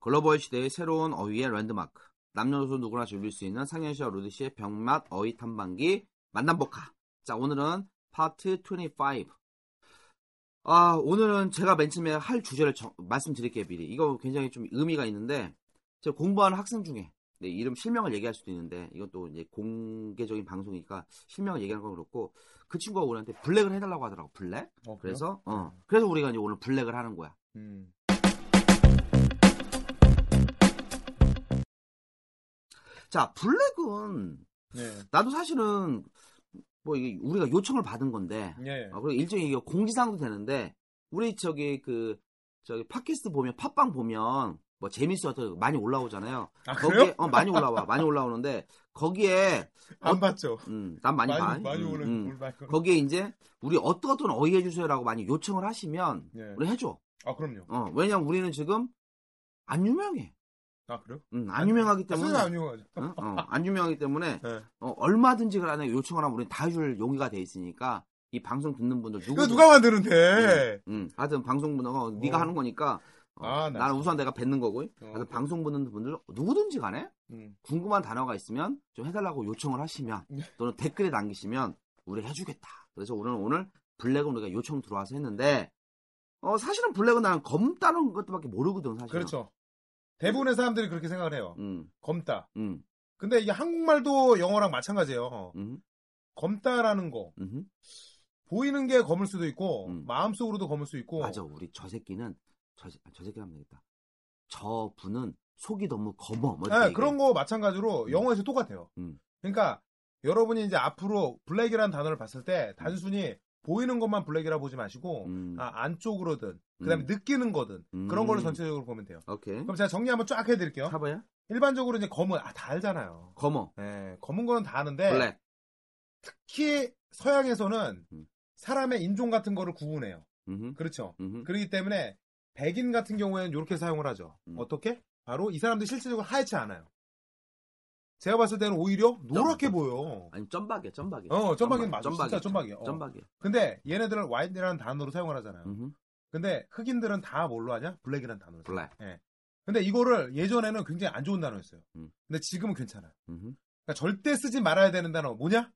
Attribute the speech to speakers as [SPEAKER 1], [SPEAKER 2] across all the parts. [SPEAKER 1] 글로벌 시대의 새로운 어휘의 랜드마크. 남녀노소 누구나 즐길 수 있는 상현시와 루디씨의 병맛 어휘 탐방기 만남복화. 자, 오늘은 파트 25. 아, 오늘은 제가 맨 처음에 할 주제를 정- 말씀드릴게요, 미리. 이거 굉장히 좀 의미가 있는데, 제가 공부하는 학생 중에, 네, 이름 실명을 얘기할 수도 있는데, 이건 또 이제 공개적인 방송이니까 실명을 얘기하는 건 그렇고, 그 친구가 우리한테 블랙을 해달라고 하더라고, 블랙? 그래서, 어. 그래서 우리가 이제 오늘 블랙을 하는 거야.
[SPEAKER 2] 음.
[SPEAKER 1] 자, 블랙은 나도 사실은 뭐 이게 우리가 요청을 받은 건데
[SPEAKER 2] 네.
[SPEAKER 1] 어, 그리고 일종의 이게 공지사항도 되는데 우리 저기 그 저기 팟캐스트 보면 팟빵 보면 뭐 재밌어 많이 올라오잖아요.
[SPEAKER 2] 아
[SPEAKER 1] 거기에 어, 많이 올라와 많이 올라오는데 거기에
[SPEAKER 2] 안
[SPEAKER 1] 어,
[SPEAKER 2] 봤죠.
[SPEAKER 1] 음, 난 많이 봐.
[SPEAKER 2] 많이
[SPEAKER 1] 음,
[SPEAKER 2] 오는
[SPEAKER 1] 음.
[SPEAKER 2] 물 많이 오는.
[SPEAKER 1] 거기에 이제 우리 어떤 어떤 어휘 해주세요라고 많이 요청을 하시면
[SPEAKER 2] 예.
[SPEAKER 1] 우리 해줘.
[SPEAKER 2] 아 그럼요.
[SPEAKER 1] 어, 왜냐면 우리는 지금 안 유명해.
[SPEAKER 2] 아 그래요?
[SPEAKER 1] 음, 안 유명하기
[SPEAKER 2] 아,
[SPEAKER 1] 때문에
[SPEAKER 2] 수는 안 유명하죠.
[SPEAKER 1] 어? 어, 안 유명하기 때문에
[SPEAKER 2] 예.
[SPEAKER 1] 어, 얼마든지 간에 요청을 하면 우리는 다 해줄 용의가 돼 있으니까 이 방송 듣는 분들 누구
[SPEAKER 2] 이거 누가 만드는데?
[SPEAKER 1] 음, 하여튼 방송 분야가 네가 하는 거니까 어,
[SPEAKER 2] 아, 나-
[SPEAKER 1] 나는 우선 내가 뱉는 거고
[SPEAKER 2] 어.
[SPEAKER 1] 하여튼 방송 보는 분들 누구든지 간에
[SPEAKER 2] 음. 네.
[SPEAKER 1] 궁금한 단어가 있으면 좀 해달라고 요청을 하시면 또는 댓글에 남기시면 우리 해주겠다 그래서 우리는 오늘 블랙은 우리가 요청 들어와서 했는데 어, 사실은 블랙은 나는 검다는 것밖에 모르거든 사실
[SPEAKER 2] 그렇죠. 대부분의 사람들이 그렇게 생각을 해요.
[SPEAKER 1] 음,
[SPEAKER 2] 검다.
[SPEAKER 1] 음,
[SPEAKER 2] 근데 이게 한국말도 영어랑 마찬가지예요.
[SPEAKER 1] 음,
[SPEAKER 2] 검다라는 거
[SPEAKER 1] 음.
[SPEAKER 2] 보이는 게 검을 수도 있고
[SPEAKER 1] 음.
[SPEAKER 2] 마음속으로도 검을 수 있고.
[SPEAKER 1] 맞아 우리 저 새끼는 저, 새- 아, 저 새끼 하면 되겠다 저 분은 속이 너무 검어 뭐 이렇게
[SPEAKER 2] 예, 그런 거 마찬가지로 영어에서 똑같아요.
[SPEAKER 1] 음.
[SPEAKER 2] 그러니까 여러분이 이제 앞으로 블랙이라는 단어를 봤을 때 단순히 보이는 것만 블랙이라 보지 마시고
[SPEAKER 1] 음.
[SPEAKER 2] 아, 안쪽으로든 그다음에
[SPEAKER 1] 음.
[SPEAKER 2] 느끼는 거든 그런 걸로
[SPEAKER 1] 음.
[SPEAKER 2] 전체적으로 보면 돼요.
[SPEAKER 1] 오케이
[SPEAKER 2] 그럼 제가 정리 한번 쫙 해드릴게요.
[SPEAKER 1] 사봐야
[SPEAKER 2] 일반적으로 이제 검은 아, 다 알잖아요.
[SPEAKER 1] 검어
[SPEAKER 2] 예, 검은 거는 다 아는데
[SPEAKER 1] 블랙
[SPEAKER 2] 특히 서양에서는
[SPEAKER 1] 음.
[SPEAKER 2] 사람의 인종 같은 거를 구분해요.
[SPEAKER 1] 음,
[SPEAKER 2] 그렇죠.
[SPEAKER 1] 음.
[SPEAKER 2] 그렇기 때문에 백인 같은 경우에는 이렇게 사용을 하죠.
[SPEAKER 1] 음.
[SPEAKER 2] 어떻게? 바로 이 사람들 실질적으로 하얗지 않아요. 제가 봤을 때는 오히려 노랗게
[SPEAKER 1] 점박.
[SPEAKER 2] 보여.
[SPEAKER 1] 아니 점박이야 점박이야
[SPEAKER 2] 어, 점박이는 맞아. 진짜 점박이야. 어.
[SPEAKER 1] 점박이야
[SPEAKER 2] 근데 얘네들은 와인이라는 단어로 사용을 하잖아요.
[SPEAKER 1] 음흠.
[SPEAKER 2] 근데 흑인들은 다 뭘로 하냐? 블랙이라는 단어로. 사용해요.
[SPEAKER 1] 블랙
[SPEAKER 2] 근데 이거를 예전에는 굉장히 안 좋은 단어였어요.
[SPEAKER 1] 음.
[SPEAKER 2] 근데 지금은 괜찮아요.
[SPEAKER 1] 음흠.
[SPEAKER 2] 그러니까 절대 쓰지 말아야 되는 단어 뭐냐?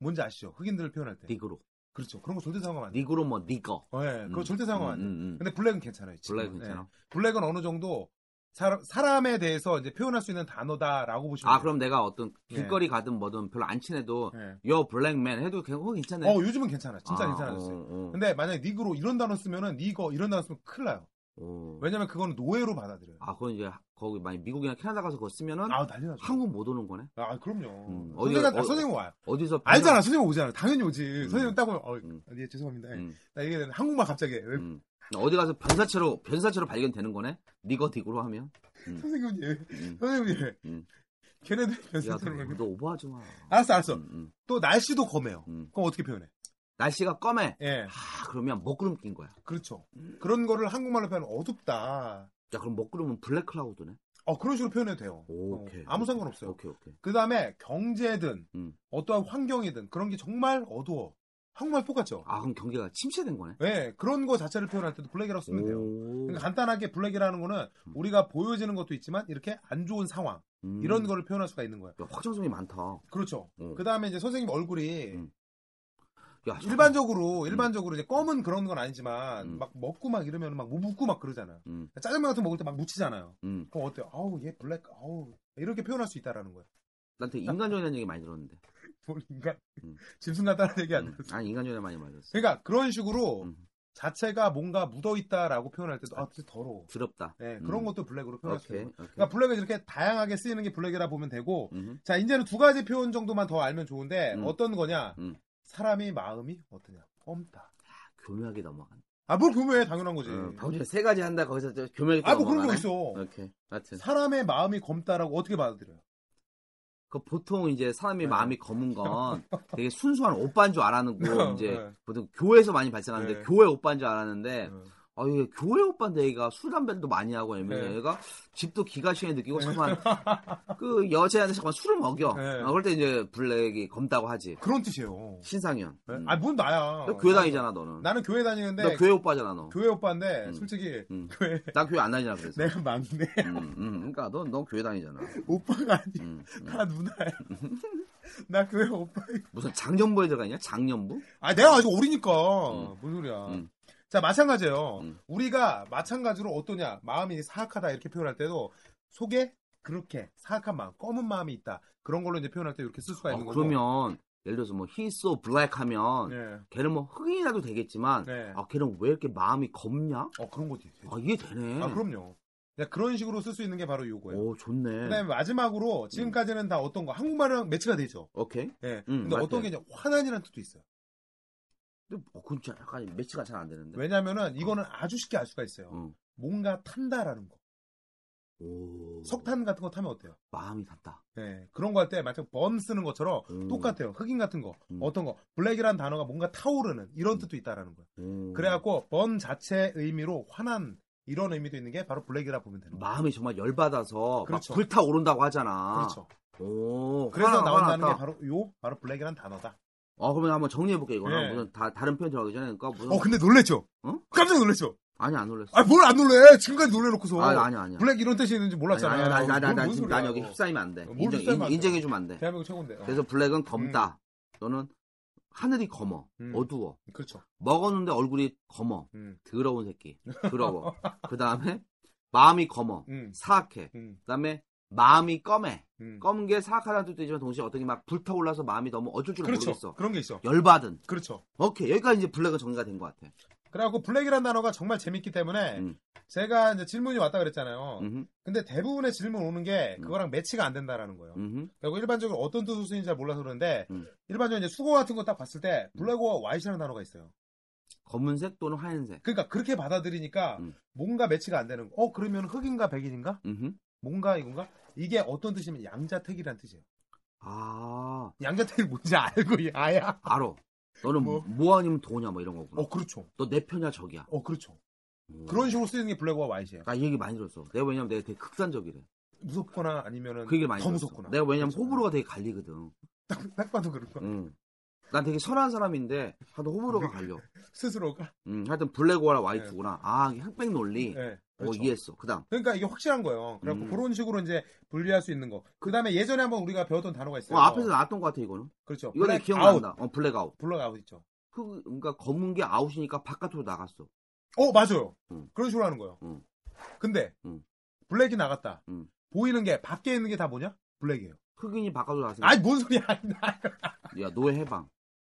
[SPEAKER 2] 뭔지 아시죠? 흑인들을 표현할 때.
[SPEAKER 1] 니그로
[SPEAKER 2] 그렇죠. 그런 거 절대 사용하면 안 돼.
[SPEAKER 1] 니그로 뭐 니거
[SPEAKER 2] 어, 예, 그거
[SPEAKER 1] 음.
[SPEAKER 2] 절대 사용하면 안 돼.
[SPEAKER 1] 음, 음, 음.
[SPEAKER 2] 근데 블랙은 괜찮아요. 지금.
[SPEAKER 1] 블랙 괜찮아
[SPEAKER 2] 예. 블랙은 어느 정도 사람, 사람에 대해서 이제 표현할 수 있는 단어다라고 보시면
[SPEAKER 1] 아
[SPEAKER 2] 돼요.
[SPEAKER 1] 그럼 내가 어떤
[SPEAKER 2] 예.
[SPEAKER 1] 길거리 가든 뭐든 별로 안 친해도
[SPEAKER 2] 예.
[SPEAKER 1] 요 블랙맨 해도 그거 괜찮네
[SPEAKER 2] 어, 요즘은 괜찮아. 진짜
[SPEAKER 1] 아,
[SPEAKER 2] 괜찮아졌어요.
[SPEAKER 1] 어, 어.
[SPEAKER 2] 근데 만약에 니그로 이런 단어 쓰면은 니거 이런 단어 쓰면 큰일 나요.
[SPEAKER 1] 어.
[SPEAKER 2] 왜냐면 그거는 노예로 받아들여요.
[SPEAKER 1] 아 그건 이제 거기 만약 미국이나 캐나다 가서 그거 쓰면은
[SPEAKER 2] 아, 난리 나죠.
[SPEAKER 1] 한국 못 오는 거네
[SPEAKER 2] 아, 그럼요.
[SPEAKER 1] 음,
[SPEAKER 2] 선생님,
[SPEAKER 1] 어디가-
[SPEAKER 2] 아,
[SPEAKER 1] 어-
[SPEAKER 2] 선생님 와요.
[SPEAKER 1] 어디서
[SPEAKER 2] 알잖아. 선생님 오잖아. 당연히 오지.
[SPEAKER 1] 음.
[SPEAKER 2] 선생님 딱 오면, 어,
[SPEAKER 1] 음.
[SPEAKER 2] 예, 죄송합니다. 예.
[SPEAKER 1] 음,
[SPEAKER 2] 나 이게 한국말 갑자기. 왜
[SPEAKER 1] 음. 어디 가서 변사체로 변사체로 발견되는 거네 니거 니그로 하면
[SPEAKER 2] 선생님, 예.
[SPEAKER 1] 음.
[SPEAKER 2] 선생님, 예.
[SPEAKER 1] 음.
[SPEAKER 2] 걔네들 변사처럼.
[SPEAKER 1] 야너
[SPEAKER 2] 그렇게-
[SPEAKER 1] 너 오버하지 마
[SPEAKER 2] 알았어, 알았어.
[SPEAKER 1] 음, 음,
[SPEAKER 2] 또 날씨도 검해요.
[SPEAKER 1] 음.
[SPEAKER 2] 그럼 어떻게 표현해?
[SPEAKER 1] 날씨가 검해
[SPEAKER 2] 예,
[SPEAKER 1] 아 그러면 먹구름 낀 거야
[SPEAKER 2] 그렇죠. 그런 거를 한국말로 표현 어둡다.
[SPEAKER 1] 야 그럼 먹구름은 블랙 클라우드네
[SPEAKER 2] 어, 그런 식으로 표현해도 돼요.
[SPEAKER 1] 오케이.
[SPEAKER 2] 어, 아무
[SPEAKER 1] 오케이.
[SPEAKER 2] 상관없어요.
[SPEAKER 1] 오케이 오케이.
[SPEAKER 2] 그 다음에 경제든
[SPEAKER 1] 음.
[SPEAKER 2] 어떠한 환경이든 그런 게 정말 어두워. 한국말 똑같죠?
[SPEAKER 1] 아 그럼 경계가 침체된 거네.
[SPEAKER 2] 예, 그런 거 자체를 표현할 때도 블랙이라고 쓰면 돼요.
[SPEAKER 1] 오.
[SPEAKER 2] 그러니까 간단하게 블랙이라는 거는
[SPEAKER 1] 음.
[SPEAKER 2] 우리가 보여지는 것도 있지만 이렇게 안 좋은 상황
[SPEAKER 1] 음.
[SPEAKER 2] 이런 거를 표현할 수가 있는 거예요.
[SPEAKER 1] 야, 확장성이 많다.
[SPEAKER 2] 그렇죠.
[SPEAKER 1] 음.
[SPEAKER 2] 그 다음에 이제 선생님 얼굴이
[SPEAKER 1] 음. 야
[SPEAKER 2] 일반적으로 일반적으로 이제 검은 그런 건 아니지만
[SPEAKER 1] 음.
[SPEAKER 2] 막 먹고 막 이러면 막 묻고 막 그러잖아요.
[SPEAKER 1] 음.
[SPEAKER 2] 짜장면 같은 거 먹을 때 막 묻히잖아요.
[SPEAKER 1] 음.
[SPEAKER 2] 그럼 어때요? 아우 얘 블랙 아우 이렇게 표현할 수 있다라는 거예요.
[SPEAKER 1] 나한테 인간적이라는 얘기 많이 들었는데.
[SPEAKER 2] 뭘 인간
[SPEAKER 1] 음.
[SPEAKER 2] 짐승 같다는 얘기 안
[SPEAKER 1] 음.
[SPEAKER 2] 들었어.
[SPEAKER 1] 아니, 인간적이라 많이 말했어.
[SPEAKER 2] 그러니까 그런 식으로
[SPEAKER 1] 음.
[SPEAKER 2] 자체가 뭔가 묻어 있다라고 표현할 때도 아 진짜 더러워.
[SPEAKER 1] 더럽다.
[SPEAKER 2] 네,
[SPEAKER 1] 음.
[SPEAKER 2] 그런 것도 블랙으로 표현할 수
[SPEAKER 1] 오케이.
[SPEAKER 2] 있고.
[SPEAKER 1] 오케이.
[SPEAKER 2] 그러니까 블랙을 이렇게 다양하게 쓰이는 게 블랙이라 보면 되고
[SPEAKER 1] 음.
[SPEAKER 2] 자 이제는 두 가지 표현 정도만 더 알면 좋은데
[SPEAKER 1] 음.
[SPEAKER 2] 어떤 거냐?
[SPEAKER 1] 음.
[SPEAKER 2] 사람이 마음이 어떠냐? 험다.
[SPEAKER 1] 교묘하게 넘어간다.
[SPEAKER 2] 아뭘 교묘해 당연한 거지.
[SPEAKER 1] 어, 방금 전에 세 가지 한다. 거기서 저 교묘하게
[SPEAKER 2] 음.
[SPEAKER 1] 또
[SPEAKER 2] 아 뭐 그런 거
[SPEAKER 1] 넘어가네.
[SPEAKER 2] 있어.
[SPEAKER 1] 오케이. 하여튼.
[SPEAKER 2] 사람의 마음이 검다라고 어떻게 받아들여요?
[SPEAKER 1] 그 보통 이제 사람이
[SPEAKER 2] 네.
[SPEAKER 1] 마음이 검은 건 되게 순수한 오빠인 줄 알았고 이제
[SPEAKER 2] 네.
[SPEAKER 1] 보통 교회에서 많이 발생하는데
[SPEAKER 2] 네.
[SPEAKER 1] 교회 오빠인 줄 알았는데
[SPEAKER 2] 음.
[SPEAKER 1] 아, 얘 교회 오빠인데 얘가 술 담배도 많이 하고 애매해.
[SPEAKER 2] 네.
[SPEAKER 1] 얘가 집도 기가시에 느끼고 잠깐 그 여자한테 잠깐 술을 먹여.
[SPEAKER 2] 네.
[SPEAKER 1] 아, 그럴 때 이제 블랙이 검다고 하지.
[SPEAKER 2] 그런 뜻이에요.
[SPEAKER 1] 신상현.
[SPEAKER 2] 네.
[SPEAKER 1] 음.
[SPEAKER 2] 아뭔 뭐 나야.
[SPEAKER 1] 너 교회 다니잖아 너는.
[SPEAKER 2] 나는 교회
[SPEAKER 1] 너
[SPEAKER 2] 다니는데
[SPEAKER 1] 교회 오빠잖아 너.
[SPEAKER 2] 교회 네. 오빠인데
[SPEAKER 1] 음.
[SPEAKER 2] 솔직히
[SPEAKER 1] 음.
[SPEAKER 2] 교회
[SPEAKER 1] 나 교회 안 다니잖아 그래서.
[SPEAKER 2] 내가 막내
[SPEAKER 1] 음, 음. 그러니까 너, 너 교회 다니잖아.
[SPEAKER 2] 오빠가 아니야
[SPEAKER 1] 음, 음.
[SPEAKER 2] 다 누나야 나 교회 오빠
[SPEAKER 1] 무슨 장년부에 들어가냐? 장년부?
[SPEAKER 2] 아 내가 아직 어리니까
[SPEAKER 1] 음.
[SPEAKER 2] 뭔 소리야
[SPEAKER 1] 음.
[SPEAKER 2] 자 마찬가지예요
[SPEAKER 1] 음.
[SPEAKER 2] 우리가 마찬가지로 어떠냐 마음이 사악하다 이렇게 표현할 때도 속에 그렇게 사악한 마음 검은 마음이 있다 그런 걸로 이제 표현할 때 이렇게 쓸 수가
[SPEAKER 1] 어,
[SPEAKER 2] 있는 거죠
[SPEAKER 1] 그러면 예를 들어서 뭐 he's so black 하면
[SPEAKER 2] 네.
[SPEAKER 1] 걔는 뭐 흑인이라도 되겠지만
[SPEAKER 2] 네.
[SPEAKER 1] 아 걔는 왜 이렇게 마음이 겁냐?
[SPEAKER 2] 어 그런 것도 있어요
[SPEAKER 1] 아 이해 되네.
[SPEAKER 2] 아 그럼요 그냥 그런 식으로 쓸 수 있는 게 바로 이거예요
[SPEAKER 1] 오 좋네.
[SPEAKER 2] 그다음에 마지막으로 지금까지는 다 어떤 거 한국말이랑 매치가 되죠
[SPEAKER 1] 오케이.
[SPEAKER 2] 예.
[SPEAKER 1] 음,
[SPEAKER 2] 근데 어떤
[SPEAKER 1] 맞아요.
[SPEAKER 2] 게냐 화난이라는 뜻도 있어요
[SPEAKER 1] 근데 뭐 그건 진짜 약간 매치가 잘 안 되는데.
[SPEAKER 2] 왜냐면은
[SPEAKER 1] 어.
[SPEAKER 2] 이거는 아주 쉽게 알 수가 있어요.
[SPEAKER 1] 응.
[SPEAKER 2] 뭔가 탄다라는 거.
[SPEAKER 1] 오.
[SPEAKER 2] 석탄 같은 거 타면 어때요?
[SPEAKER 1] 마음이 닿다.
[SPEAKER 2] 네, 그런 거 할 때 마치 범 쓰는 것처럼
[SPEAKER 1] 음.
[SPEAKER 2] 똑같아요. 흑인 같은 거,
[SPEAKER 1] 음.
[SPEAKER 2] 어떤 거, 블랙이라는 단어가 뭔가 타오르는 이런 뜻도 있다라는 거예요.
[SPEAKER 1] 오.
[SPEAKER 2] 그래갖고 범 자체의 의미로 화난 이런 의미도 있는 게 바로 블랙이라 보면 되는 거예요.
[SPEAKER 1] 마음이 정말 열받아서
[SPEAKER 2] 그렇죠.
[SPEAKER 1] 막 불타오른다고 하잖아.
[SPEAKER 2] 그렇죠.
[SPEAKER 1] 오.
[SPEAKER 2] 그래서
[SPEAKER 1] 화나,
[SPEAKER 2] 나온다는
[SPEAKER 1] 화났다.
[SPEAKER 2] 게 바로 요 바로 블랙이란 단어다.
[SPEAKER 1] 어 그러면 한번 정리해 볼게 이거는
[SPEAKER 2] 네.
[SPEAKER 1] 무슨 다, 다른 표현 들어가기 전에 그러니까 무슨
[SPEAKER 2] 어 근데 놀랬죠?
[SPEAKER 1] 어?
[SPEAKER 2] 깜짝 놀랬죠?
[SPEAKER 1] 아니 안 놀랐어.
[SPEAKER 2] 아 뭘 안 놀래? 지금까지 놀래놓고서
[SPEAKER 1] 아니 아니 아니.
[SPEAKER 2] 블랙 이런 뜻이 있는지 몰랐잖아요.
[SPEAKER 1] 아니, 아니, 아니, 아니,
[SPEAKER 2] 뭔
[SPEAKER 1] 아니,
[SPEAKER 2] 소리야,
[SPEAKER 1] 난 여기
[SPEAKER 2] 이거.
[SPEAKER 1] 휩싸이면 안 돼.
[SPEAKER 2] 뭘
[SPEAKER 1] 인정,
[SPEAKER 2] 휩싸이면 안 돼?
[SPEAKER 1] 인정해 주면 안 돼.
[SPEAKER 2] 대한민국 최고인데. 어,
[SPEAKER 1] 그래서 블랙은 검다. 또는 하늘이 검어.
[SPEAKER 2] 음.
[SPEAKER 1] 어두워.
[SPEAKER 2] 그렇죠.
[SPEAKER 1] 먹었는데 얼굴이 검어.
[SPEAKER 2] 음,
[SPEAKER 1] 더러운 새끼. 더러워. 그 다음에 마음이 검어.
[SPEAKER 2] 음,
[SPEAKER 1] 사악해.
[SPEAKER 2] 음,
[SPEAKER 1] 그 다음에 마음이 검해.
[SPEAKER 2] 음.
[SPEAKER 1] 검은 게 사악하다는 뜻도 있지만 동시에 어떻게 막 불타올라서 마음이 너무 어쩔 줄
[SPEAKER 2] 그렇죠.
[SPEAKER 1] 모르겠어.
[SPEAKER 2] 그런 게 있어.
[SPEAKER 1] 열받은.
[SPEAKER 2] 그렇죠.
[SPEAKER 1] 오케이. 여기까지 이제 블랙은 정리가 된 것 같아.
[SPEAKER 2] 그래갖고 블랙이라는 단어가 정말 재밌기 때문에
[SPEAKER 1] 음.
[SPEAKER 2] 제가 이제 질문이 왔다 그랬잖아요.
[SPEAKER 1] 음흠,
[SPEAKER 2] 근데 대부분의 질문 오는 게
[SPEAKER 1] 음.
[SPEAKER 2] 그거랑 매치가 안 된다라는 거예요.
[SPEAKER 1] 음흠.
[SPEAKER 2] 그리고 일반적으로 어떤 뜻인지 잘 몰라서 그러는데
[SPEAKER 1] 음.
[SPEAKER 2] 일반적으로 이제 수거 같은 거 딱 봤을 때 블랙어와 와이시라는 단어가 있어요.
[SPEAKER 1] 검은색 또는 하얀색.
[SPEAKER 2] 그러니까 그렇게 받아들이니까
[SPEAKER 1] 음.
[SPEAKER 2] 뭔가 매치가 안 되는 거. 어 그러면 흑인가 백인인가?
[SPEAKER 1] 음흠.
[SPEAKER 2] 뭔가 이건가? 이게 어떤 뜻이면 양자택이란 뜻이에요.
[SPEAKER 1] 아,
[SPEAKER 2] 양자택이 뭔지 알고 이 아야.
[SPEAKER 1] 알어. 너는
[SPEAKER 2] 뭐?
[SPEAKER 1] 뭐? 뭐 아니면 도냐 뭐 이런 거구나.
[SPEAKER 2] 어 그렇죠.
[SPEAKER 1] 너 내 편이야 적이야.
[SPEAKER 2] 어 그렇죠.
[SPEAKER 1] 음.
[SPEAKER 2] 그런 식으로 쓰이는 게 블랙어와 와이시예요.
[SPEAKER 1] 나 이 얘기 많이 들었어. 내가 왜냐면 내가 되게 극단적이래.
[SPEAKER 2] 무섭거나 아니면은
[SPEAKER 1] 그 얘기를 많이
[SPEAKER 2] 더
[SPEAKER 1] 들었어.
[SPEAKER 2] 무섭구나. 그러니까.
[SPEAKER 1] 내가 음. 왜냐면
[SPEAKER 2] 그렇죠.
[SPEAKER 1] 호불호가 되게 갈리거든.
[SPEAKER 2] 딱 봐도 그렇죠. 그런 거.
[SPEAKER 1] 응. 난 되게 선한 사람인데 하여튼 호불호가
[SPEAKER 2] 그러니까.
[SPEAKER 1] 갈려.
[SPEAKER 2] 스스로가.
[SPEAKER 1] 응. 하여튼 블랙오라 와이트구나. 아 이게 흑백 논리.
[SPEAKER 2] 예.
[SPEAKER 1] 어
[SPEAKER 2] 네. 그렇죠.
[SPEAKER 1] 이해했어. 그다음
[SPEAKER 2] 그러니까 이게 확실한 거예요. 그래서
[SPEAKER 1] 음.
[SPEAKER 2] 그런 식으로 이제 분리할 수 있는 거. 그 다음에 예전에 한번 우리가 배웠던 단어가
[SPEAKER 1] 어,
[SPEAKER 2] 있어요.
[SPEAKER 1] 앞에서 나왔던 것 같아 이거는.
[SPEAKER 2] 그렇죠.
[SPEAKER 1] 이거 내가
[SPEAKER 2] 블랙 아웃.
[SPEAKER 1] 기억난다. 어 블랙아웃.
[SPEAKER 2] 블랙 아웃 있죠.
[SPEAKER 1] 그 그러니까 검은 게 아웃이니까 바깥으로 나갔어.
[SPEAKER 2] 어 맞아요.
[SPEAKER 1] 음.
[SPEAKER 2] 그런 식으로 하는 거예요.
[SPEAKER 1] 음.
[SPEAKER 2] 근데
[SPEAKER 1] 음.
[SPEAKER 2] 블랙이 나갔다.
[SPEAKER 1] 음.
[SPEAKER 2] 보이는 게 밖에 있는 게 다 뭐냐? 블랙이에요.
[SPEAKER 1] 흑인이 바깥으로 나갔으니까.
[SPEAKER 2] 아니 뭔 소리야? 나 이거
[SPEAKER 1] 야 노예 해방.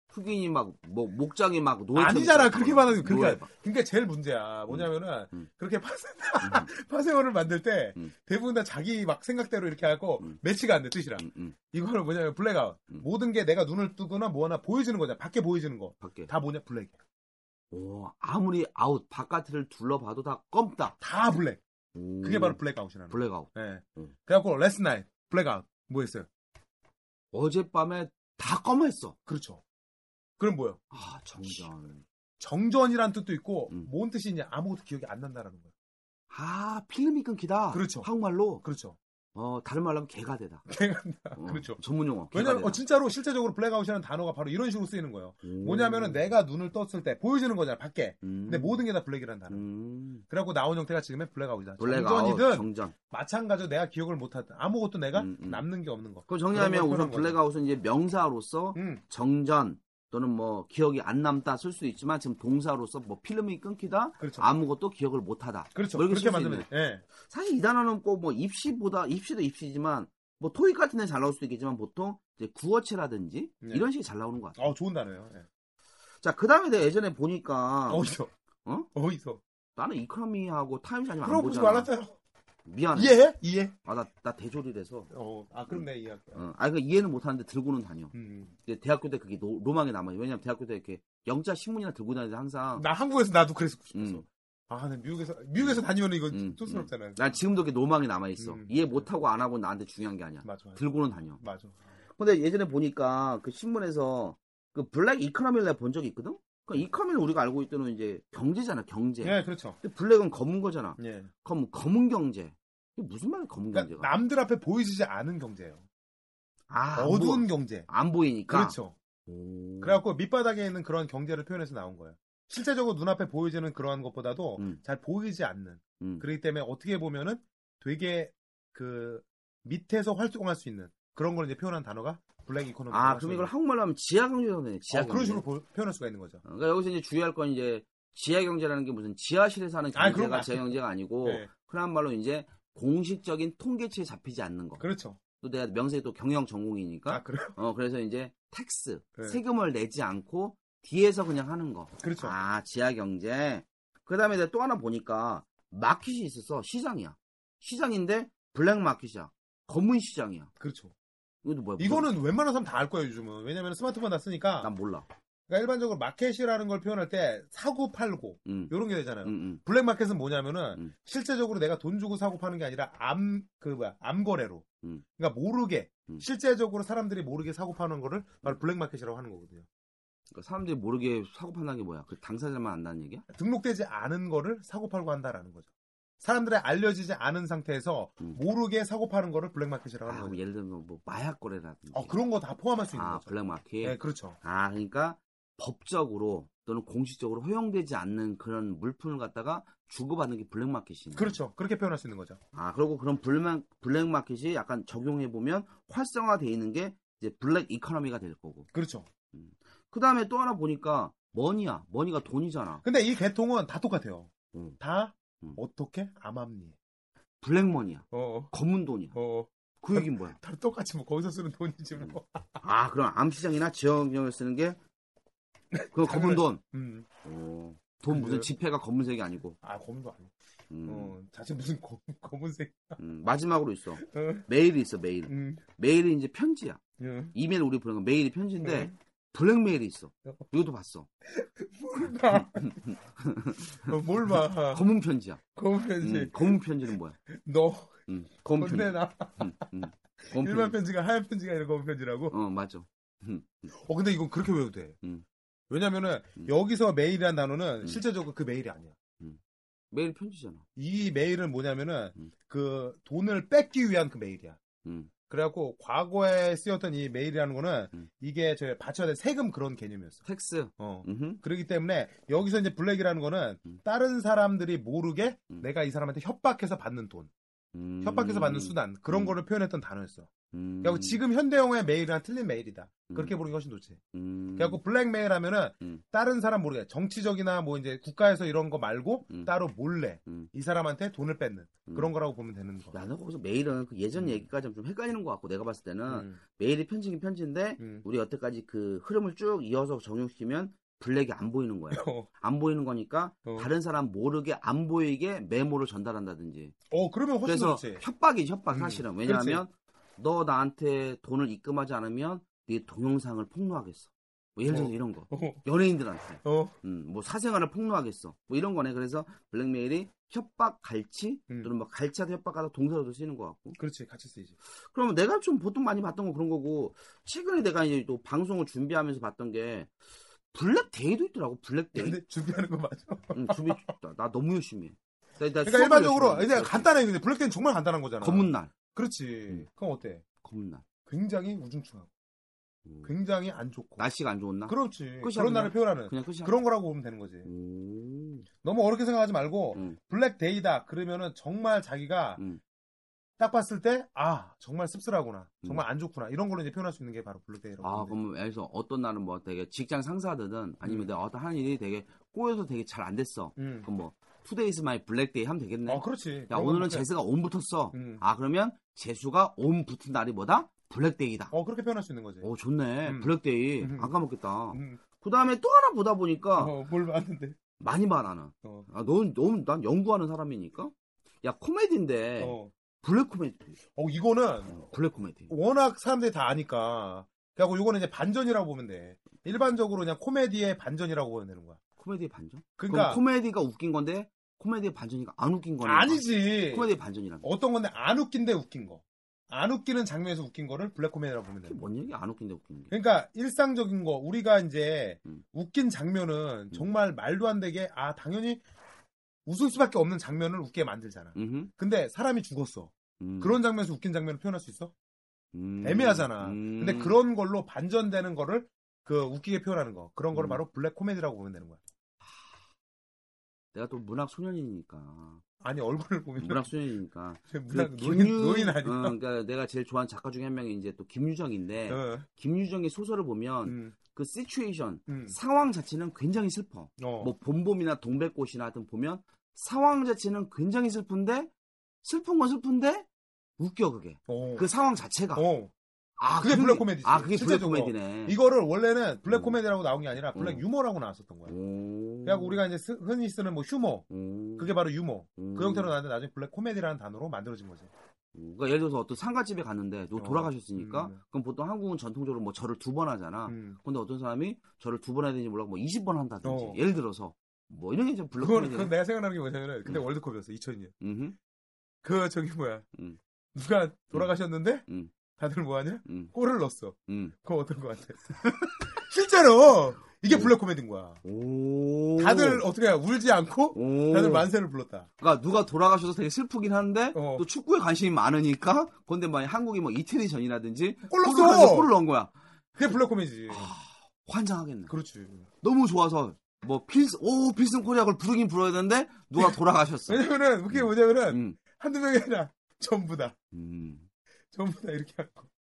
[SPEAKER 1] 흑인이 막 뭐 목장이 막 노예.
[SPEAKER 2] 아니잖아. 그렇게 받아들
[SPEAKER 1] 노예
[SPEAKER 2] 그러니까
[SPEAKER 1] 해방.
[SPEAKER 2] 그게 제일 문제야. 뭐냐면은
[SPEAKER 1] 음.
[SPEAKER 2] 그렇게 파세, 파세어를 만들 때
[SPEAKER 1] 음.
[SPEAKER 2] 대부분 다 자기 막 생각대로 이렇게 하고
[SPEAKER 1] 음.
[SPEAKER 2] 매치가 안 돼 뜻이랑.
[SPEAKER 1] 응, 응.
[SPEAKER 2] 이거는 뭐냐면 블랙아웃.
[SPEAKER 1] 음.
[SPEAKER 2] 모든 게 내가 눈을 뜨거나 뭐 하나 보여지는 거잖아. 밖에 보여지는 거.
[SPEAKER 1] 밖에.
[SPEAKER 2] 다 뭐냐? 블랙.
[SPEAKER 1] 오, 어, 아무리 아웃 바깥을 둘러봐도 다 검다.
[SPEAKER 2] 다 블랙.
[SPEAKER 1] 오,
[SPEAKER 2] 그게 바로 블랙아웃이라는 거.
[SPEAKER 1] 음. 블랙아웃.
[SPEAKER 2] 예.
[SPEAKER 1] 음.
[SPEAKER 2] 그래갖고 레스 나잇 블랙아웃 뭐 했어요?
[SPEAKER 1] 어젯밤에 다 검했어.
[SPEAKER 2] 그렇죠. 그럼 뭐요?
[SPEAKER 1] 아 정전.
[SPEAKER 2] 정전이란 뜻도 있고
[SPEAKER 1] 음.
[SPEAKER 2] 뭔 뜻이냐 아무것도 기억이 안 난다라는 거예요.
[SPEAKER 1] 아 필름이 끊기다.
[SPEAKER 2] 그렇죠.
[SPEAKER 1] 한국말로
[SPEAKER 2] 그렇죠.
[SPEAKER 1] 어 다른 말로 하면 개가 되다.
[SPEAKER 2] 걔가 나-
[SPEAKER 1] 어,
[SPEAKER 2] 그렇죠.
[SPEAKER 1] 전문 용어. 개가
[SPEAKER 2] 왜냐면
[SPEAKER 1] 되다.
[SPEAKER 2] 어, 진짜로 실제적으로 블랙아웃이라는 단어가 바로 이런 식으로 쓰이는 거예요.
[SPEAKER 1] 오.
[SPEAKER 2] 뭐냐면은 내가 눈을 떴을 때 보여지는 거잖아 밖에.
[SPEAKER 1] 음.
[SPEAKER 2] 근데 모든 게 다 블랙이라는 단어.
[SPEAKER 1] 음.
[SPEAKER 2] 그래갖고 나온 형태가 지금의 블랙아웃이다.
[SPEAKER 1] 블랙아웃
[SPEAKER 2] 정전이든
[SPEAKER 1] 정전.
[SPEAKER 2] 마찬가지로 내가 기억을 못하든 아무것도 내가
[SPEAKER 1] 음, 음.
[SPEAKER 2] 남는 게 없는 거.
[SPEAKER 1] 그럼 정리하면
[SPEAKER 2] 그런 걸
[SPEAKER 1] 우선
[SPEAKER 2] 표현한
[SPEAKER 1] 블랙아웃은 이제 명사로서
[SPEAKER 2] 음,
[SPEAKER 1] 정전 또는 뭐 기억이 안 남다 쓸 수 있지만 지금 동사로서 뭐 필름이 끊기다
[SPEAKER 2] 그렇죠.
[SPEAKER 1] 아무것도 기억을 못하다.
[SPEAKER 2] 그렇죠.
[SPEAKER 1] 뭐 이렇게
[SPEAKER 2] 그렇게
[SPEAKER 1] 쓸수
[SPEAKER 2] 만들면 돼. 예.
[SPEAKER 1] 사실 이 단어는 꼭 뭐 입시보다 입시도 입시지만 뭐 토익 같은 데는 잘 나올 수도 있겠지만 보통 이제 구어체라든지
[SPEAKER 2] 네.
[SPEAKER 1] 이런 식이 잘 나오는 것 같아요.
[SPEAKER 2] 어, 좋은 단어예요. 예.
[SPEAKER 1] 자, 그 다음에 내가 예전에 보니까
[SPEAKER 2] 어디서?
[SPEAKER 1] 아. 어?
[SPEAKER 2] 어디서?
[SPEAKER 1] 나는 이코노미하고 타임즈 아니면 안
[SPEAKER 2] 그럼 보지 예.
[SPEAKER 1] 보잖아.
[SPEAKER 2] 말랐어요.
[SPEAKER 1] 미안해.
[SPEAKER 2] 이해해? 이해?
[SPEAKER 1] 아, 나, 나 대졸이라서.
[SPEAKER 2] 어, 아, 그럼 내가 이해할게.
[SPEAKER 1] 어, 아니, 그 이해는 못하는데 들고는 다녀.
[SPEAKER 2] 음.
[SPEAKER 1] 근데 대학교 때 그게 노- 로망에 남아요. 왜냐면 대학교 때 이렇게 영자 신문이나 들고 다니는데 항상.
[SPEAKER 2] 나 한국에서 나도 그랬었고 싶었어.
[SPEAKER 1] 음.
[SPEAKER 2] 아, 나 미국에서, 미국에서 다니면 이거
[SPEAKER 1] 음,
[SPEAKER 2] 촌스럽잖아요.
[SPEAKER 1] 난 지금도 그게 로망에 남아있어.
[SPEAKER 2] 음.
[SPEAKER 1] 이해 못하고 안 하고 나한테 중요한 게 아니야.
[SPEAKER 2] 맞아, 맞아.
[SPEAKER 1] 들고는 다녀.
[SPEAKER 2] 맞아.
[SPEAKER 1] 근데 예전에 보니까 그 신문에서 그 블랙 이코노미를 내가 본 적이 있거든? 그 이코노미는 우리가 알고 있던 이제 경제잖아, 경제.
[SPEAKER 2] 예, 그렇죠.
[SPEAKER 1] 근데 블랙은 검은 거잖아.
[SPEAKER 2] 예.
[SPEAKER 1] 검은, 검은 경제. 이게 무슨 말이야, 검은
[SPEAKER 2] 그러니까
[SPEAKER 1] 경제가?
[SPEAKER 2] 남들 앞에 보이지 않은 경제예요.
[SPEAKER 1] 아, 그러니까. 안
[SPEAKER 2] 어두운
[SPEAKER 1] 보-
[SPEAKER 2] 경제.
[SPEAKER 1] 안 보이니까.
[SPEAKER 2] 그렇죠.
[SPEAKER 1] 오.
[SPEAKER 2] 그래갖고 밑바닥에 있는 그런 경제를 표현해서 나온 거예요. 실제적으로 눈앞에 보여지는 그러한 것보다도
[SPEAKER 1] 음.
[SPEAKER 2] 잘 보이지 않는.
[SPEAKER 1] 음.
[SPEAKER 2] 그렇기 때문에 어떻게 보면은 되게 그 밑에서 활동할 수 있는 그런 걸 이제 표현한 단어가 블랙 이코노미.
[SPEAKER 1] 아, 그럼 이걸 한국말로 하면 지하경제라고 되네, 지하경제.
[SPEAKER 2] 어, 그런 식으로 보- 표현할 수가 있는 거죠.
[SPEAKER 1] 어, 그러니까 여기서 이제 주의할 건 이제 지하경제라는 게 무슨 지하실에서 하는
[SPEAKER 2] 아, 그런 거
[SPEAKER 1] 경제가
[SPEAKER 2] 아니에요.
[SPEAKER 1] 지하경제가 아니고
[SPEAKER 2] 네.
[SPEAKER 1] 흔한 말로 이제 공식적인 통계치에 잡히지 않는 거.
[SPEAKER 2] 그렇죠.
[SPEAKER 1] 또 내가 명색이 또 경영 전공이니까
[SPEAKER 2] 아, 그래.
[SPEAKER 1] 어, 그래서 이제 텍스,
[SPEAKER 2] 네.
[SPEAKER 1] 세금을 내지 않고 뒤에서 그냥 하는 거.
[SPEAKER 2] 그렇죠.
[SPEAKER 1] 아, 지하경제. 그 다음에 내가 또 하나 보니까 마켓이 있어서 시장이야. 시장인데 블랙 마켓이야. 검은 시장이야.
[SPEAKER 2] 그렇죠.
[SPEAKER 1] 이것도 뭐야?
[SPEAKER 2] 이거는 웬만한 사람 다 알 거예요, 요즘은. 왜냐면 스마트폰 다 쓰니까.
[SPEAKER 1] 난 몰라.
[SPEAKER 2] 그러니까 일반적으로 마켓이라는 걸 표현할 때 사고 팔고
[SPEAKER 1] 응.
[SPEAKER 2] 요런 게 되잖아요.
[SPEAKER 1] 응, 응.
[SPEAKER 2] 블랙마켓은 뭐냐면은
[SPEAKER 1] 음.
[SPEAKER 2] 실제적으로 내가 돈 주고 사고 파는 게 아니라 암 그 뭐야 암거래로.
[SPEAKER 1] 음.
[SPEAKER 2] 그러니까 모르게
[SPEAKER 1] 음.
[SPEAKER 2] 실제적으로 사람들이 모르게 사고 파는 거를 바로 블랙마켓이라고 하는 거거든요.
[SPEAKER 1] 그러니까 사람들이 모르게 사고 판다는 게 뭐야? 그 당사자만 안다는 얘기야?
[SPEAKER 2] 등록되지 않은 거를 사고 팔고 한다라는 거죠. 사람들의 알려지지 않은 상태에서
[SPEAKER 1] 음.
[SPEAKER 2] 모르게 사고 파는 거를 블랙마켓이라고
[SPEAKER 1] 아,
[SPEAKER 2] 하는
[SPEAKER 1] 그럼
[SPEAKER 2] 거예요.
[SPEAKER 1] 예를 들면 뭐 마약 거래라든지.
[SPEAKER 2] 어 그런 거 다 포함할 수 있는
[SPEAKER 1] 아,
[SPEAKER 2] 거죠.
[SPEAKER 1] 블랙 마켓.
[SPEAKER 2] 네, 그렇죠.
[SPEAKER 1] 아, 그러니까 법적으로 또는 공식적으로 허용되지 않는 그런 물품을 갖다가 주고받는 게 블랙 마켓이네.
[SPEAKER 2] 그렇죠. 그렇게 표현할 수 있는 거죠.
[SPEAKER 1] 아, 그리고 그런 블랙, 블랙마켓이 약간 적용해보면 활성화되어 있는 게 이제 블랙 이코노미가 될 거고.
[SPEAKER 2] 그렇죠.
[SPEAKER 1] 그 다음에 또 하나 보니까 머니야. 머니가 돈이잖아.
[SPEAKER 2] 근데 이 개통은 다 똑같아요.
[SPEAKER 1] 음.
[SPEAKER 2] 다
[SPEAKER 1] 음.
[SPEAKER 2] 어떻게 암암리.
[SPEAKER 1] 블랙머니야.
[SPEAKER 2] 어.
[SPEAKER 1] 검은 돈이야.
[SPEAKER 2] 어.
[SPEAKER 1] 그 얘기는 뭐야?
[SPEAKER 2] 다 똑같이 뭐 거기서 쓰는 돈이지 뭐.
[SPEAKER 1] 아, 그럼 암시장이나 지역경을 쓰는 게 그 검은 돈.
[SPEAKER 2] 음.
[SPEAKER 1] 오, 돈 무슨 지폐가 검은색이 아니고.
[SPEAKER 2] 아 검은도 아니고
[SPEAKER 1] 음,
[SPEAKER 2] 어, 자체 무슨 검, 검은색
[SPEAKER 1] 음, 마지막으로 있어.
[SPEAKER 2] 응.
[SPEAKER 1] 메일이 있어, 메일.
[SPEAKER 2] 음,
[SPEAKER 1] 메일이 이제 편지야.
[SPEAKER 2] 음.
[SPEAKER 1] 이메일 우리 보는 건 메일이 편지인데
[SPEAKER 2] 응.
[SPEAKER 1] 블랙메일이 있어.
[SPEAKER 2] 네. 어.
[SPEAKER 1] 이것도 봤어.
[SPEAKER 2] 어, 뭘 봐.
[SPEAKER 1] 검은 편지야.
[SPEAKER 2] 검은 편지
[SPEAKER 1] 음, 검은 편지는 뭐야?
[SPEAKER 2] 너
[SPEAKER 1] 음, 검은 편지.
[SPEAKER 2] 근데 나
[SPEAKER 1] 음, 음. 검은
[SPEAKER 2] 일반
[SPEAKER 1] 편지.
[SPEAKER 2] 편지가 하얀 편지가 아니라 검은 편지라고
[SPEAKER 1] 어, 맞아.
[SPEAKER 2] 어 근데 이건 그렇게 외워도 돼
[SPEAKER 1] 음.
[SPEAKER 2] 왜냐면은
[SPEAKER 1] 음.
[SPEAKER 2] 여기서 메일이란 단어는
[SPEAKER 1] 음.
[SPEAKER 2] 실제적으로 그 메일이 아니야
[SPEAKER 1] 메일 편지잖아.
[SPEAKER 2] 이 메일은 뭐냐면은
[SPEAKER 1] 음.
[SPEAKER 2] 그 돈을 뺏기 위한 그 메일이야
[SPEAKER 1] 음.
[SPEAKER 2] 그래갖고 과거에 쓰였던 이 메일이라는 거는
[SPEAKER 1] 음.
[SPEAKER 2] 이게 저 받쳐야 될 세금 그런 개념이었어
[SPEAKER 1] 텍스.
[SPEAKER 2] 어
[SPEAKER 1] 음흠.
[SPEAKER 2] 그렇기 때문에 여기서 이제 블랙이라는 거는
[SPEAKER 1] 음.
[SPEAKER 2] 다른 사람들이 모르게
[SPEAKER 1] 음.
[SPEAKER 2] 내가 이 사람한테 협박해서 받는 돈,
[SPEAKER 1] 음.
[SPEAKER 2] 협박해서 받는 수단 그런
[SPEAKER 1] 음.
[SPEAKER 2] 거를 표현했던 단어였어.
[SPEAKER 1] 음.
[SPEAKER 2] 그래갖고 지금 현대영화의 메일이랑 틀린 메일이다. 그렇게
[SPEAKER 1] 음.
[SPEAKER 2] 보는 게 훨씬 좋지.
[SPEAKER 1] 음.
[SPEAKER 2] 그래갖고 블랙 메일 하면은
[SPEAKER 1] 음.
[SPEAKER 2] 다른 사람 모르게 정치적이나 뭐 이제 국가에서 이런 거 말고
[SPEAKER 1] 음.
[SPEAKER 2] 따로 몰래
[SPEAKER 1] 음.
[SPEAKER 2] 이 사람한테 돈을 뺏는
[SPEAKER 1] 음.
[SPEAKER 2] 그런 거라고 보면 되는 거.
[SPEAKER 1] 야, 나 거기서 메일은 그 예전
[SPEAKER 2] 음.
[SPEAKER 1] 얘기까지 좀 헷갈리는 것 같고 내가 봤을 때는
[SPEAKER 2] 음.
[SPEAKER 1] 메일이 편지긴 편지인데
[SPEAKER 2] 음.
[SPEAKER 1] 우리 여태까지 그 흐름을 쭉 이어서 적용시키면 블랙이 안 보이는 거야.
[SPEAKER 2] 어.
[SPEAKER 1] 안 보이는 거니까
[SPEAKER 2] 어.
[SPEAKER 1] 다른 사람 모르게 안 보이게 메모를 전달한다든지
[SPEAKER 2] 어, 그러면 훨씬
[SPEAKER 1] 그래서
[SPEAKER 2] 좋지.
[SPEAKER 1] 협박이 죠 협박
[SPEAKER 2] 음,
[SPEAKER 1] 사실은 왜냐하면 너 나한테 돈을 입금하지 않으면 네 동영상을 폭로하겠어. 뭐 예를 들어서
[SPEAKER 2] 어.
[SPEAKER 1] 이런 거
[SPEAKER 2] 어.
[SPEAKER 1] 연예인들한테
[SPEAKER 2] 어.
[SPEAKER 1] 음, 뭐 사생활을 폭로하겠어. 뭐 이런 거네. 그래서 블랙메일이 협박 갈치
[SPEAKER 2] 음.
[SPEAKER 1] 또는 뭐 갈치한테 협박하다 동사로도 쓰이는 것 같고.
[SPEAKER 2] 그렇지. 같이 쓰이지.
[SPEAKER 1] 그러면 내가 좀 보통 많이 봤던 거 그런 거고 최근에 내가 이제 또 방송을 준비하면서 봤던 게 블랙데이도 있더라고 블랙데이.
[SPEAKER 2] 근데 준비하는 거 맞아.
[SPEAKER 1] 음, 준비 나, 나 너무 열심히 해. 나, 나
[SPEAKER 2] 그러니까
[SPEAKER 1] 수업을
[SPEAKER 2] 일반적으로
[SPEAKER 1] 열심히 해.
[SPEAKER 2] 그냥 간단해. 근데 블랙 때는 정말 간단한 거잖아.
[SPEAKER 1] 검은 날.
[SPEAKER 2] 그렇지.
[SPEAKER 1] 음.
[SPEAKER 2] 그럼 어때?
[SPEAKER 1] 검은 날.
[SPEAKER 2] 굉장히 우중충하고,
[SPEAKER 1] 음.
[SPEAKER 2] 굉장히 안 좋고.
[SPEAKER 1] 날씨가 안 좋았나?
[SPEAKER 2] 그렇지.
[SPEAKER 1] 끝이야,
[SPEAKER 2] 그런
[SPEAKER 1] 그냥.
[SPEAKER 2] 날을 표현하는
[SPEAKER 1] 그냥 끝이야.
[SPEAKER 2] 그런 거라고 보면 되는 거지.
[SPEAKER 1] 오.
[SPEAKER 2] 너무 어렵게 생각하지 말고
[SPEAKER 1] 음.
[SPEAKER 2] 블랙데이다 그러면은 정말 자기가
[SPEAKER 1] 음.
[SPEAKER 2] 딱 봤을 때 아 정말 씁쓸하구나, 정말 안 좋구나 이런 걸로 이제 표현할 수 있는 게 바로 블랙데이라고.
[SPEAKER 1] 음. 아,
[SPEAKER 2] 보면 돼.
[SPEAKER 1] 그럼 여기서 어떤 날은 뭐 되게 직장 상사들은 아니면
[SPEAKER 2] 음.
[SPEAKER 1] 내가 어떤 한 일이 되게 꼬여서 되게 잘 안 됐어.
[SPEAKER 2] 음.
[SPEAKER 1] 그럼 뭐 투데이스 마이 블랙데이 하면 되겠네.
[SPEAKER 2] 아 그렇지.
[SPEAKER 1] 야,
[SPEAKER 2] 그런
[SPEAKER 1] 오늘은
[SPEAKER 2] 거니까.
[SPEAKER 1] 재수가 온 붙었어.
[SPEAKER 2] 음.
[SPEAKER 1] 아, 그러면 재수가 옴 붙은 날이 뭐다? 블랙데이다.
[SPEAKER 2] 어 그렇게 표현할 수 있는 거지.
[SPEAKER 1] 오 좋네.
[SPEAKER 2] 음.
[SPEAKER 1] 블랙데이
[SPEAKER 2] 음.
[SPEAKER 1] 안 까먹겠다.
[SPEAKER 2] 음,
[SPEAKER 1] 그 다음에 또 하나 보다 보니까
[SPEAKER 2] 어, 뭘 봤는데?
[SPEAKER 1] 많이 봐 나는.
[SPEAKER 2] 어,
[SPEAKER 1] 아, 넌, 너무 난 연구하는 사람이니까. 야 코미디인데
[SPEAKER 2] 어.
[SPEAKER 1] 블랙 코미디.
[SPEAKER 2] 어 이거는
[SPEAKER 1] 어, 블랙 코미디.
[SPEAKER 2] 워낙 사람들이 다 아니까. 그리고 이거는 이제 반전이라고 보면 돼. 일반적으로 그냥 코미디의 반전이라고 보면 되는 거야.
[SPEAKER 1] 코미디의 반전?
[SPEAKER 2] 그러니까
[SPEAKER 1] 그럼 코미디가 웃긴 건데 코미디의 반전이니까 안 웃긴 거네.
[SPEAKER 2] 아니지.
[SPEAKER 1] 코미디의 반전이라는. 거.
[SPEAKER 2] 어떤 건데 안 웃긴데 웃긴 거. 안 웃기는 장면에서 웃긴 거를 블랙 코미디라고 보면
[SPEAKER 1] 그게
[SPEAKER 2] 되는 거야.
[SPEAKER 1] 뭔 얘기? 안 웃긴데 웃기는 게.
[SPEAKER 2] 그러니까 일상적인 거 우리가 이제
[SPEAKER 1] 음.
[SPEAKER 2] 웃긴 장면은 정말 말도 안 되게 아 당연히 웃을 수밖에 없는 장면을 웃게 만들잖아.
[SPEAKER 1] 음흠,
[SPEAKER 2] 근데 사람이 죽었어.
[SPEAKER 1] 음.
[SPEAKER 2] 그런 장면에서 웃긴 장면을 표현할 수 있어?
[SPEAKER 1] 음.
[SPEAKER 2] 애매하잖아.
[SPEAKER 1] 음.
[SPEAKER 2] 근데 그런 걸로 반전되는 거를 그 웃기게 표현하는 거. 그런 거를
[SPEAKER 1] 음.
[SPEAKER 2] 바로 블랙 코미디라고 보면 되는 거야.
[SPEAKER 1] 내가 또 문학 소년이니까
[SPEAKER 2] 아니 얼굴을 보면
[SPEAKER 1] 문학 소년이니까
[SPEAKER 2] 문학
[SPEAKER 1] 그
[SPEAKER 2] 노인,
[SPEAKER 1] 김유-
[SPEAKER 2] 노인
[SPEAKER 1] 어,
[SPEAKER 2] 아니야.
[SPEAKER 1] 그러니까 내가 제일 좋아하는 작가 중에 한 명이 이제 또 김유정인데
[SPEAKER 2] 어,
[SPEAKER 1] 김유정의 소설을 보면
[SPEAKER 2] 음,
[SPEAKER 1] 그 시츄에이션
[SPEAKER 2] 음.
[SPEAKER 1] 상황 자체는 굉장히 슬퍼.
[SPEAKER 2] 어.
[SPEAKER 1] 뭐 봄봄이나 동백꽃이나 하여튼 보면 상황 자체는 굉장히 슬픈데 슬픈 건 슬픈데 웃겨 그게
[SPEAKER 2] 어.
[SPEAKER 1] 그 상황 자체가
[SPEAKER 2] 어.
[SPEAKER 1] 아
[SPEAKER 2] 그게
[SPEAKER 1] 그게-
[SPEAKER 2] 블랙 코미디지,
[SPEAKER 1] 아 그게 블랙
[SPEAKER 2] 실제적으로.
[SPEAKER 1] 코미디네
[SPEAKER 2] 이거를 원래는 블랙
[SPEAKER 1] 음.
[SPEAKER 2] 코미디라고 나온 게 아니라 블랙
[SPEAKER 1] 음.
[SPEAKER 2] 유머라고 나왔었던 거야.
[SPEAKER 1] 오.
[SPEAKER 2] 그래갖고 우리가 이제 쓰- 흔히 쓰는 뭐 휴머,
[SPEAKER 1] 오.
[SPEAKER 2] 그게 바로 유머.
[SPEAKER 1] 음.
[SPEAKER 2] 그 형태로 나왔는데 나중에 블랙 코미디라는 단어로 만들어진 거지.
[SPEAKER 1] 그러니까 예를 들어서 어떤 상가집에 갔는데 누
[SPEAKER 2] 어.
[SPEAKER 1] 돌아가셨으니까
[SPEAKER 2] 음.
[SPEAKER 1] 그럼 보통 한국은 전통적으로 뭐 절을 두 번 하잖아
[SPEAKER 2] 음.
[SPEAKER 1] 근데 어떤 사람이 절을 두 번 해야 되는지 몰라 뭐 20번 한다든지
[SPEAKER 2] 어.
[SPEAKER 1] 예를 들어서 뭐 이런 게 좀 블랙
[SPEAKER 2] 그건,
[SPEAKER 1] 코미디
[SPEAKER 2] 그건 내가 생각나는 게 뭐냐면은 그때
[SPEAKER 1] 음.
[SPEAKER 2] 월드컵이었어 2002년.
[SPEAKER 1] 음.
[SPEAKER 2] 그 저기 뭐야
[SPEAKER 1] 음.
[SPEAKER 2] 누가 돌아가셨는데
[SPEAKER 1] 음.
[SPEAKER 2] 다들 뭐하냐?
[SPEAKER 1] 음.
[SPEAKER 2] 골을 넣었어.
[SPEAKER 1] 음.
[SPEAKER 2] 그거 어떤 거 같아? 실제로 이게
[SPEAKER 1] 오.
[SPEAKER 2] 블랙 코미디인 거야.
[SPEAKER 1] 음. 오
[SPEAKER 2] 다들 어떻게 해야 울지 않고
[SPEAKER 1] 오.
[SPEAKER 2] 다들 만세를 불렀다.
[SPEAKER 1] 그러니까 누가 돌아가셔서 되게 슬프긴 한데
[SPEAKER 2] 어.
[SPEAKER 1] 또 축구에 관심이 많으니까 근데 만약 한국이 뭐 이태리 전이라든지
[SPEAKER 2] 골 넣었어!
[SPEAKER 1] 포르투갈에서 골을 아, 넣은 거야
[SPEAKER 2] 그게 블랙 코미디지.
[SPEAKER 1] 환장하겠네
[SPEAKER 2] 그렇지.
[SPEAKER 1] 너무 좋아서 뭐 필스 오 필승 코리아 그걸 부르긴 불러야 되는데 누가 돌아가셨어
[SPEAKER 2] 네. 왜냐면은 그게 뭐냐면은
[SPEAKER 1] 음.
[SPEAKER 2] 한두 명이 아니라 전부다.
[SPEAKER 1] 음.
[SPEAKER 2] 전부다 이렇게 하고